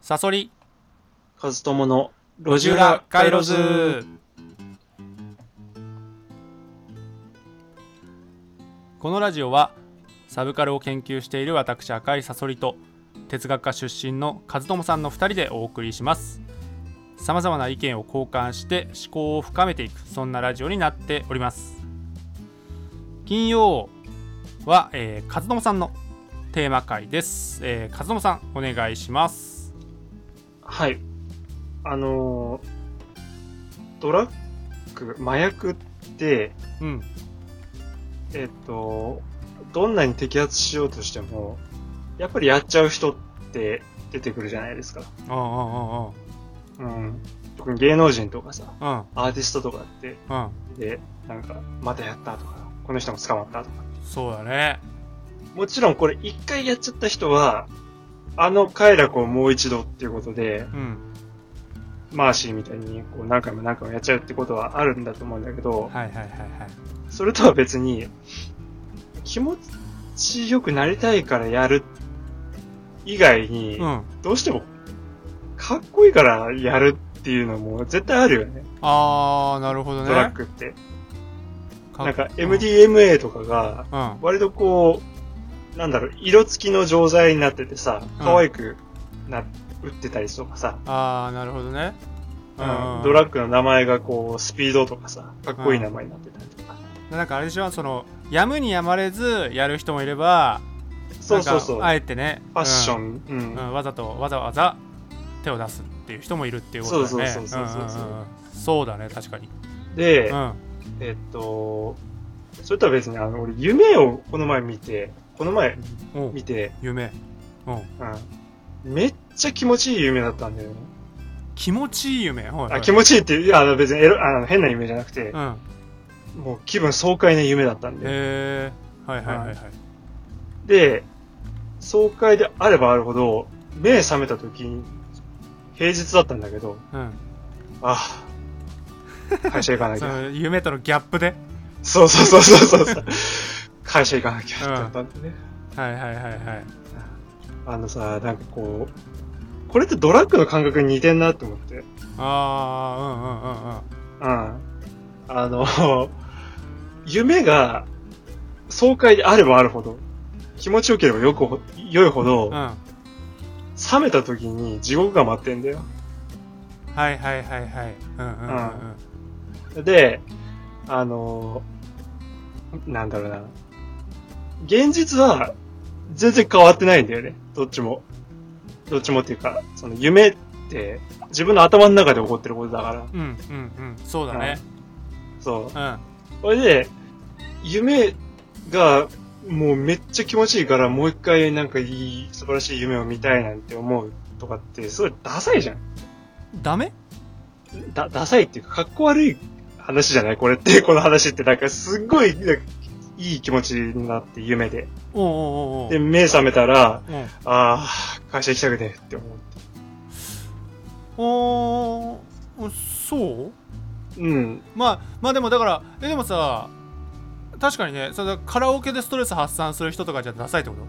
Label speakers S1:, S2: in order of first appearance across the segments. S1: サソリ
S2: カズトモの路地裏カイロズ。
S1: このラジオはサブカルを研究している私赤井サソリと哲学科出身の和友さんの2人でお送りしますさまざまな意見を交換して思考を深めていくそんなラジオになっております金曜は、えー、和友さんのテーマ会です、えー、和友さんお願いします
S2: はい。あのードラッグ、麻薬って、
S1: うん
S2: えっと、どんなに摘発しようとしても、やっぱりやっちゃう人って出てくるじゃないですか。
S1: あああ
S2: うん。特に芸能人とかさ、
S1: ああ
S2: アーティストとかって、
S1: あうん
S2: で、なんか、またやったとか、この人も捕まったとか。
S1: うんそうだね
S2: もちろんこれ一回やっちゃった人は、あの快楽をもう一度っていうことで、
S1: うん
S2: マーシーみたいにこう何回も何回もやっちゃうってことはあるんだと思うんだけど、
S1: はいはいはいはい
S2: それとは別に、気持ちよくなりたいからやる以外に、
S1: うん
S2: どうしてもかっこいいからやるっていうのも絶対あるよね、
S1: ああなるほどね
S2: ドラッグって。
S1: か
S2: なんか MDMA とかが、
S1: うんうん
S2: 割とこう、なんだろう、色付きの錠剤になっててさ、可愛くな、売ってたりとかさ、
S1: ああなるほどね
S2: うんドラッグの名前がこう、スピードとかさ、かっこいい名前になってたりとか。
S1: なんかあれでしょそのやむにやまれずやる人もいれば
S2: そうそ
S1: な
S2: うそう。
S1: ん
S2: フ
S1: かあえてね
S2: ァッショ、ン。う。
S1: うんんうんわざとわざわざ手を出すっていう人もいるっていうことだね
S2: そうそうそうそうそう
S1: うんうんうんそうだね確かに
S2: で、
S1: うんは
S2: えっと、それとは別に、あの、俺、夢をこの前見て、この前
S1: うん
S2: 見て、
S1: 夢うん
S2: うん。めっちゃ気持ちいい夢だったんだよね。
S1: 気持ちいい夢はいはい
S2: あ、気持ちいいっていう、いやあの別にエロ、あの、変な夢じゃなくて
S1: う、ん
S2: もう気分爽快な夢だったんで。
S1: へえはいはいはいはい
S2: で、爽快であればあるほど、目覚めた時に、平日だったんだけど、
S1: うん
S2: ああ、会社行かなき
S1: そ
S2: ゃ。
S1: の夢とのギャップで
S2: そうそうそうそうそう。会社行かなきゃってなったんだよね。
S1: はいはいはいはい
S2: あのさ、なんかこう、これってドラッグの感覚に似てんなって思って。うん。
S1: あ
S2: あの、 夢が爽快であればあるほど、気持ちよければよくほ、良いほ
S1: あうん
S2: ど、
S1: うんうんうんうん
S2: 冷めた時に地獄が待ってんだよ。
S1: はいはいはいはいうんうんうん
S2: で、あの、なんだろうな。現実は全然変わってないんだよね。どっちも。どっちもっていうか、その夢って自分の頭の中で起こってることだから。
S1: うんうんうんうんそうだね
S2: そう。
S1: うん
S2: それで、夢が、もうめっちゃ気持ちいいから、もう一回なんかいい、素晴らしい夢を見たいなんて思うとかって、すごいダサいじゃん。
S1: ダメ
S2: だ、ダサいっていうか、かっこ悪い話じゃないこれって、この話って、なんかすっごい、なんかいい気持ちになって、夢で。
S1: おうおうおうおう
S2: で、目覚めたら、
S1: うん
S2: あー、会社行きたくねえって思う。
S1: おーそう
S2: うん。
S1: まあまあでもだからえでもさ確かにねそれカラオケでストレス発散する人とかじゃダサいってこと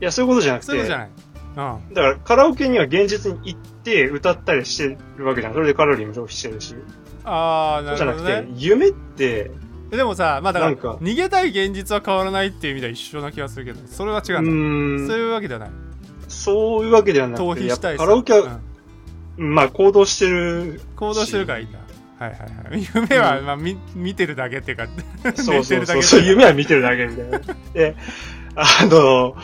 S2: いや、そういうことじゃなくて、
S1: そういうことじゃない
S2: だからカラオケには現実に行って、歌ったりしてるわけじゃん。それでカロリーも消費してるし。
S1: うんああ
S2: そう
S1: な
S2: じゃ
S1: る
S2: な
S1: ほ
S2: く
S1: ど
S2: て
S1: ね、
S2: 夢って、
S1: えでもさまあだから
S2: なんか
S1: 逃げたい現実は変わらないっていう意味では一緒な気がするけどそれは違
S2: う
S1: うんだ
S2: ーん
S1: そういうわけではない
S2: そういうわけではな
S1: 逃
S2: くて、
S1: 避
S2: やっ
S1: した
S2: ぱ
S1: い
S2: カラオケは、
S1: さうん
S2: まあ行動し てる、
S1: 行動してるからいいんだはいはいはい夢は、
S2: うん
S1: まあ、み見てるだけっていうか
S2: そうそ
S1: 寝て
S2: う
S1: る
S2: そ
S1: だ
S2: う、
S1: け
S2: そう夢は見てるだけみた いな。で、あの、
S1: う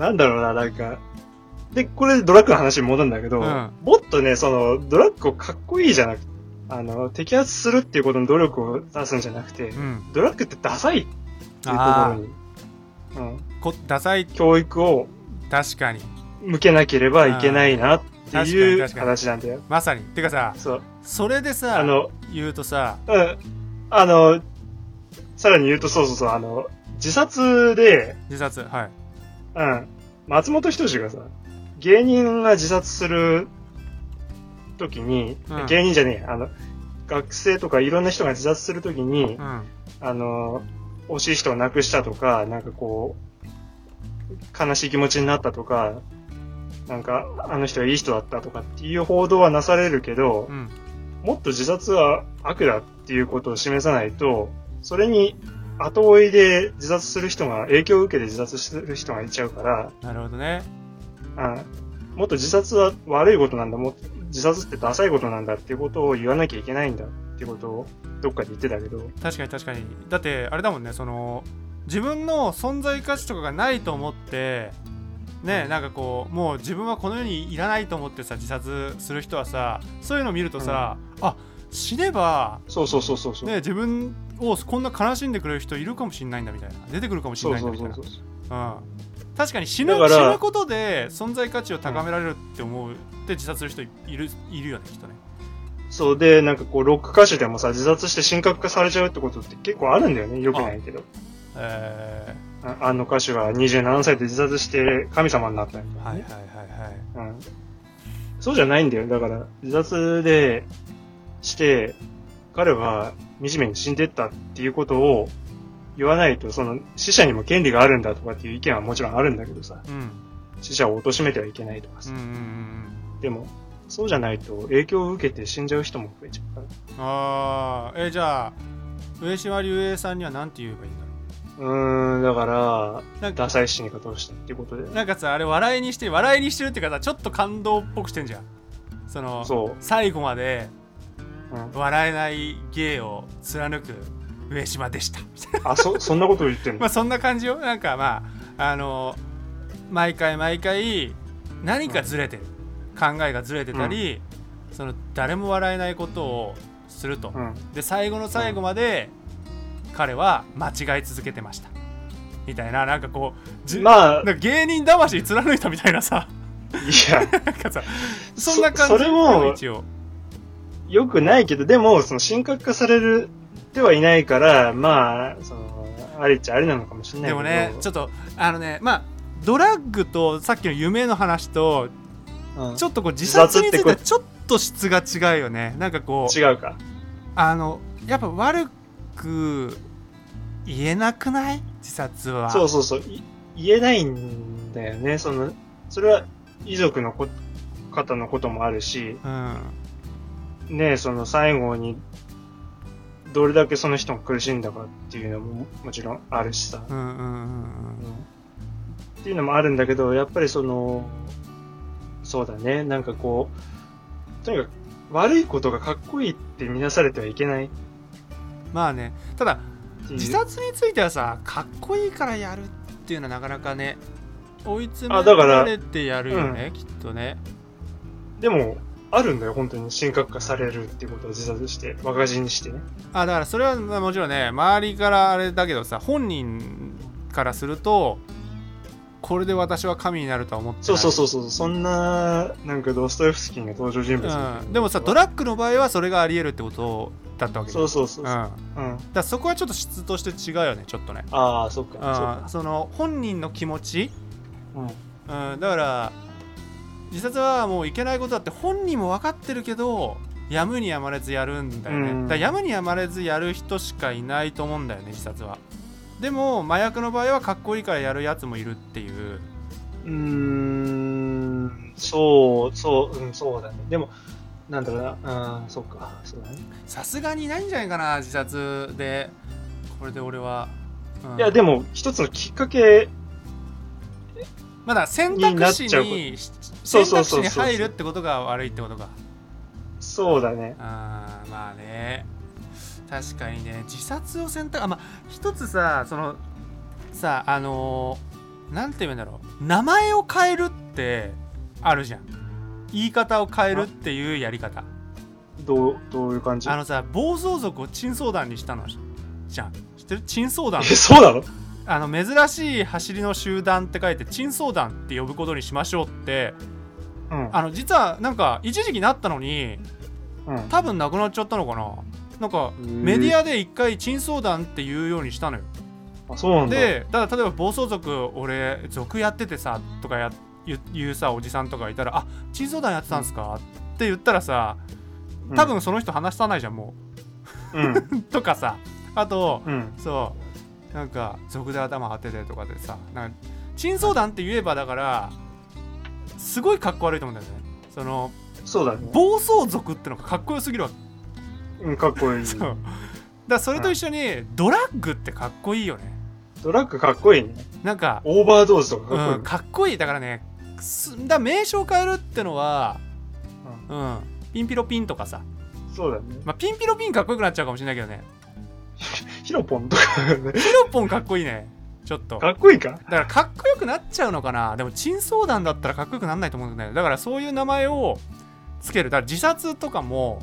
S2: なんだろうな、なんか、で、これドラッグの話に戻るんだけど、
S1: うん
S2: もっとね、その、ドラッグをかっこいいじゃなくて、あの、摘発するっていうことの努力を出すんじゃなくて、
S1: ん、うん、
S2: ドラッグってダサいっていうところに、うん、
S1: こダサい
S2: 教育を
S1: 確かに
S2: 向けなければいけないなってい
S1: あ
S2: う
S1: ー確かに確かに
S2: 話なんだよ。
S1: まさにてかさ
S2: そう。
S1: それでさ
S2: あの、
S1: 言うとさ
S2: うん。あの、さらに言うと、そうそうそう、あの、自殺で、
S1: 自殺はい
S2: うん、松本人志がさ、芸人が自殺する時に、
S1: うん
S2: 芸人じゃねえ、あの、学生とかいろんな人が自殺する時に
S1: う、ん
S2: あの、惜しい人を亡くしたとか、なんかこう、悲しい気持ちになったとか、なんか、あの人がいい人だったとかっていう報道はなされるけど、
S1: うん
S2: もっと自殺は悪だっていうことを示さないと、それに後追いで自殺する人が、影響を受けて自殺する人がいちゃうから、
S1: なるほどね
S2: あもっと自殺は悪いことなんだ、もっと自殺ってダサいことなんだっていうことを言わなきゃいけないんだっていうことをどっかで言ってたけど、
S1: 確かに確かにだってあれだもんねその自分の存在価値とかがないと思ってねなんかこうもう自分はこの世にいらないと思ってさ自殺する人はさそういうの見るとさ、あ死ねば、
S2: そうそうそうそうそう。
S1: ね、自分をこんな悲しんでくれる人いるかもしれないんだみたいな出てくるかもし
S2: そ
S1: れ
S2: う
S1: ないん
S2: そ
S1: だ
S2: う
S1: みた
S2: そ
S1: いうな
S2: そう。
S1: うん確かに死ぬ
S2: だから
S1: 死ぬことで存在価値を高められるって思うって自殺する人いるいるよねきっとね
S2: そうで、なんかこう、ロック歌手でもさ、自殺して神格化されちゃうってことって結構あるんだよね。よくないけど。
S1: え
S2: ああの歌手は27歳で自殺して神様になったん
S1: ー
S2: だ
S1: は
S2: よ
S1: い
S2: ね、
S1: はいはいはい
S2: うん。そうじゃないんだよ。だから、自殺で、して、彼は惨めに死んでったっていうことを言わないと、その死者にも権利があるんだとかっていう意見はもちろんあるんだけどさ、
S1: うん
S2: 死者を貶めてはいけないとか
S1: う
S2: さ
S1: んうん。うん
S2: でも、そうじゃないと影響を受けて死んじゃう人も増えちゃうから。
S1: ああえーじゃあ上島竜兵さんには何て言えばいいんだろ
S2: うーん、だから、
S1: うなんか
S2: ダサい死に方をしたっていうことで。
S1: なんかさあれ笑いにして笑いにしてるっていうかさちょっと感動っぽくしてんじゃんその
S2: そ
S1: 最後まで
S2: う。うん、
S1: 笑えない芸を貫く上島でしたみ たいな
S2: あ、そ、そんなこと言ってん
S1: ま
S2: の
S1: あそんな感じよなんかまああの毎回毎回何かずれてる、考えがずれてたり、その誰も笑えないことをすると、
S2: うん。
S1: で最後の最後まで彼は間違い続けてましたみたいななんかこうじ
S2: ま
S1: な
S2: あ
S1: んか芸人魂貫いたみたいなさ
S2: いや、
S1: なんかさそんな感じ
S2: そそれも
S1: 一応
S2: よくないけど、でも、その、神格化されるってはいないから、まあ、その、ありっちゃありなのかもしれな
S1: で
S2: いけど。
S1: もねちょ
S2: っ
S1: っとあのねまあドラッグとさっきの夢の話と
S2: と、うん
S1: ちょっとこう自殺について
S2: 自殺
S1: は
S2: ってこ
S1: ちょっと質が違うよねなんかこう
S2: 違うか。
S1: あのやっぱ悪く言えなくない自殺は
S2: そうそうそう。い言えないんだよね。その、それは、遺族のこ方のこともあるし、
S1: うん
S2: ねその最後に、どれだけその人が苦しんだかっていうのももちろんあるしさ。
S1: うんうんうんうん
S2: っていうのもあるんだけど、やっぱりその、そうだね、なんかこう、とにかく悪いことがかっこいいって見なされてはいけないって
S1: まあねただ
S2: いう。
S1: 自殺についてはさかっこいいからやるっていうのはなかなかね追い詰め
S2: あだから
S1: られてやるよね、きっとね
S2: でも、あるんだよ、本当に。神格化されるっていうことを自殺して、若死にしてね。
S1: あだからそれはまあもちろんね周りからあれだけどさ本人からするとこれで私は神になるとは思ってない
S2: そうそうそうそう、そんな、なんかドストエフスキーが登場人物みたいな、
S1: ん、でもさドラッグの場合はそれがあり得るってことだったわけ
S2: そううそうそう。
S1: ん、
S2: う
S1: だ
S2: ん。
S1: か
S2: あ
S1: らそこはちょっと質として違うよねちょっとね
S2: あー、そっか。そっ
S1: うん
S2: か
S1: その本人の気持ち
S2: うん
S1: うん、だから自殺はもういけないことだって本人も分かってるけどやむにやまれずやるんだよね、
S2: うん
S1: だからやむにやまれずやる人しかいないと思うんだよね自殺はでも麻薬の場合はかっこいいからやるやつもいるっていう
S2: うーん、そう、そう、うん、そうだね。でも、なんだろうな、うん、そっか、そうだね。
S1: さすがにいないんじゃないかな自殺でこれで俺は、うん
S2: いや、でも、一つのきっかけ、
S1: まだ選択肢
S2: に
S1: にし
S2: そう
S1: 選
S2: そ
S1: 択
S2: うそ
S1: 肢
S2: うそう
S1: に入るってことが悪いってことか
S2: そうだね。
S1: あーまあね確かにね自殺を選択あまあ一つさそのさあのーなんて言うんだろう名前を変えるってあるじゃん言い方を変えるっていうやり方
S2: どう、どういう感じ
S1: あのさ暴走族を珍相談にしたのじゃん知ってる珍相談
S2: え、 そうなの
S1: あの珍しい走りの集団って書いて珍相談って呼ぶことにしましょうって
S2: うん。
S1: あの実はなんか一時期なったのに
S2: うん。
S1: 多分なくなっちゃったのかななんか
S2: うん
S1: メディアで一回珍相談って言うようにしたのよ
S2: あ、そうなんだ。
S1: でだから例えば暴走族俺族やっててさとかや言う言うさおじさんとかいたら「あ珍相談やってたんすか?」って言ったらさ
S2: うん
S1: 多分その人話さないじゃんも
S2: うん。
S1: うとかさあと
S2: うん。
S1: そうなんか族で頭張っててとかでさなんか珍相談って言えばだからすごいかっこ悪いと思うんだよねその
S2: そうだね。
S1: 暴走族ってのがかっこよすぎるわけ
S2: うん、かっこいい。
S1: そうだからそれと一緒にドラッグってかっこいいよね
S2: ドラッグかっこいいね。
S1: なんか
S2: オーバードーズとかか
S1: うん、
S2: っこ
S1: かっこいいだからねすだから名称変えるってのは、うん、ピンピロピンとかさ、
S2: いい。そうだね。
S1: まあ、ピンピロピンかっこよくなっちゃうかもしれないけどね
S2: ヒロポンとか、ね、
S1: ピロポンかっこいいねちょっと
S2: か
S1: だ
S2: っこいいか
S1: からかっこよくなっちゃうのかなでも珍相談だったらかっこよくなんないと思うんだよねだからそういう名前をつけるだから自殺とかも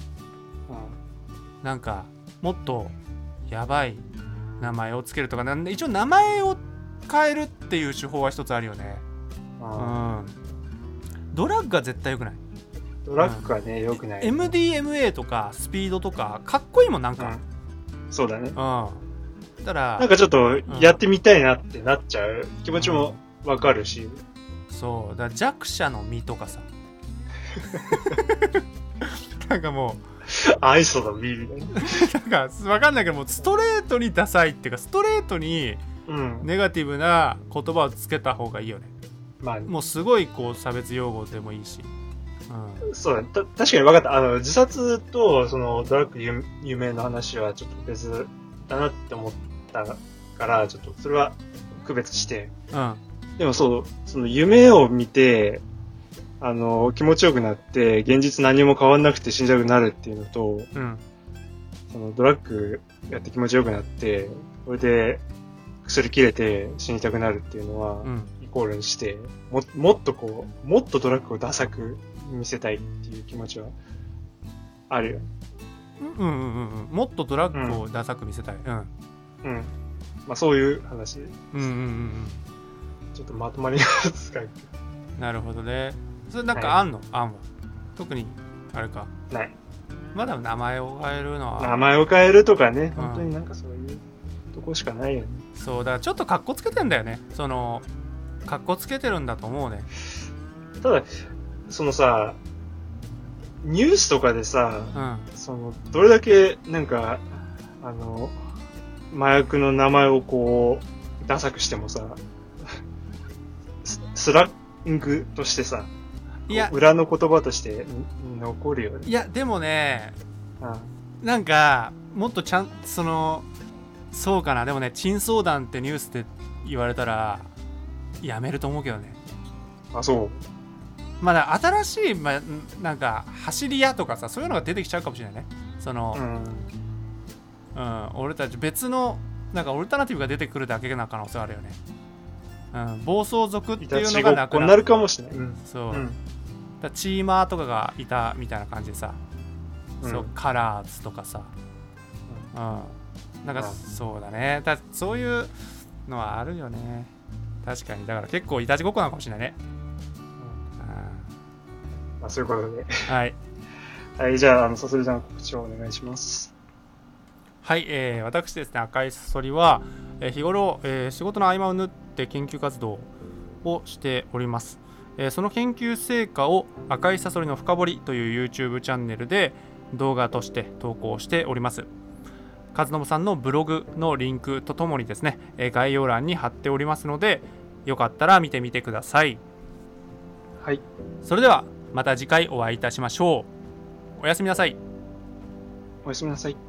S1: なんかもっとやばい名前をつけるとかなんで一応名前を変えるっていう手法は一つあるよねう
S2: あ
S1: んドラッグは絶対よくない
S2: ードラッグはね、良くない。
S1: MDMA とかスピードとかかっこいいもんなんか
S2: うんそうだね。
S1: うんた
S2: なん
S1: ら
S2: かちょっとやってみたいなってなっちゃう気持ちもわかるし、
S1: そうだから弱者の身とかさなんかも
S2: 愛想だ、ビールね。
S1: うなんか分かんないけどもうストレートにダサいっていうかストレートに
S2: うん。
S1: ネガティブな言葉をつけた方がいいよね
S2: まあ、
S1: もうすごいこう差別用語でもいいし、うん、
S2: そうだね。た確かに分かった。あの、自殺と、その、ドラッグ有有名の話はちょっと別だなって思ったから、ちょっと、それは区別して。
S1: うん、
S2: でもそう、その夢を見て、あの、気持ちよくなって、現実何も変わんなくて死んじゃうくなるっていうのと、
S1: うん、
S2: そのドラッグやって気持ちよくなって、これで薬切れて死にたくなるっていうのは、
S1: うん、
S2: イコールにして、も、もっとこう、もっとドラッグをダサく見せたいっていう気持ちは、あるよ。
S1: うん、うん、うん、うん、もっとドラッグをダサく見せたい。うん、
S2: うん。まあそういう話。
S1: うん、うん、うん、
S2: ちょっとまとまりがつか
S1: うん、なるほどね。それなんかあんの、あんは。特に、あれか。
S2: ない。
S1: まだ名前を変えるの
S2: 名
S1: は、
S2: 前を変えるとかね、
S1: うん
S2: 本当になんかそういうとこしかないよね。
S1: そうだ、ちょっと格好つけてんだよね。その、格好つけてるんだと思うね。
S2: ただ、そのさ、ニュースとかでさ、
S1: うん、
S2: その、どれだけ、なんか、あの、麻薬の名前をこう、ダサくしてもさ、ススラングとしてさ、
S1: いや、
S2: 裏の言葉としてん残るよね。
S1: いや、でもね、
S2: うん
S1: なんか、もっとちゃん、その、そうかな、でもね、珍相談ってニュースで言われたら、やめると思うけどね。
S2: あ、そう。
S1: まだ新しい、まあ、んなんか走り屋とかさそういうのが出てきちゃうかもしれないねその
S2: う、ん。
S1: うん俺たち別のなんかオルタナティブが出てくるだけな可能性あるよね、うん、暴走族って
S2: い
S1: い
S2: た
S1: う
S2: ち
S1: の
S2: ご
S1: がな
S2: っこ
S1: く
S2: に
S1: な
S2: な
S1: る
S2: るかもしれない。うん。
S1: そう、
S2: うん。
S1: だチーマーとかがいたみたいな感じでさ、そうカラーズとかさ、うん、なんか
S2: うん
S1: そうだねだそういうのはあるよね確かにだから結構いたちごっこなのかもしれないね、
S2: うん
S1: う
S2: まあ、そういうことで。
S1: ん、はい
S2: はい、じゃあ、あの、さすりさん告知をお願いします。
S1: はい、えー私ですね赤いサソリは、えー日頃、えー仕事の合間を縫って研究活動をしております、えーその研究成果を赤いサソリの深掘りという YouTube チャンネルで動画として投稿しております和信さんのブログのリンクとともにですね、えー概要欄に貼っておりますのでよかったら見てみてください
S2: はい。
S1: それではまた次回お会いいたしましょうおやすみなさい
S2: おやすみなさい。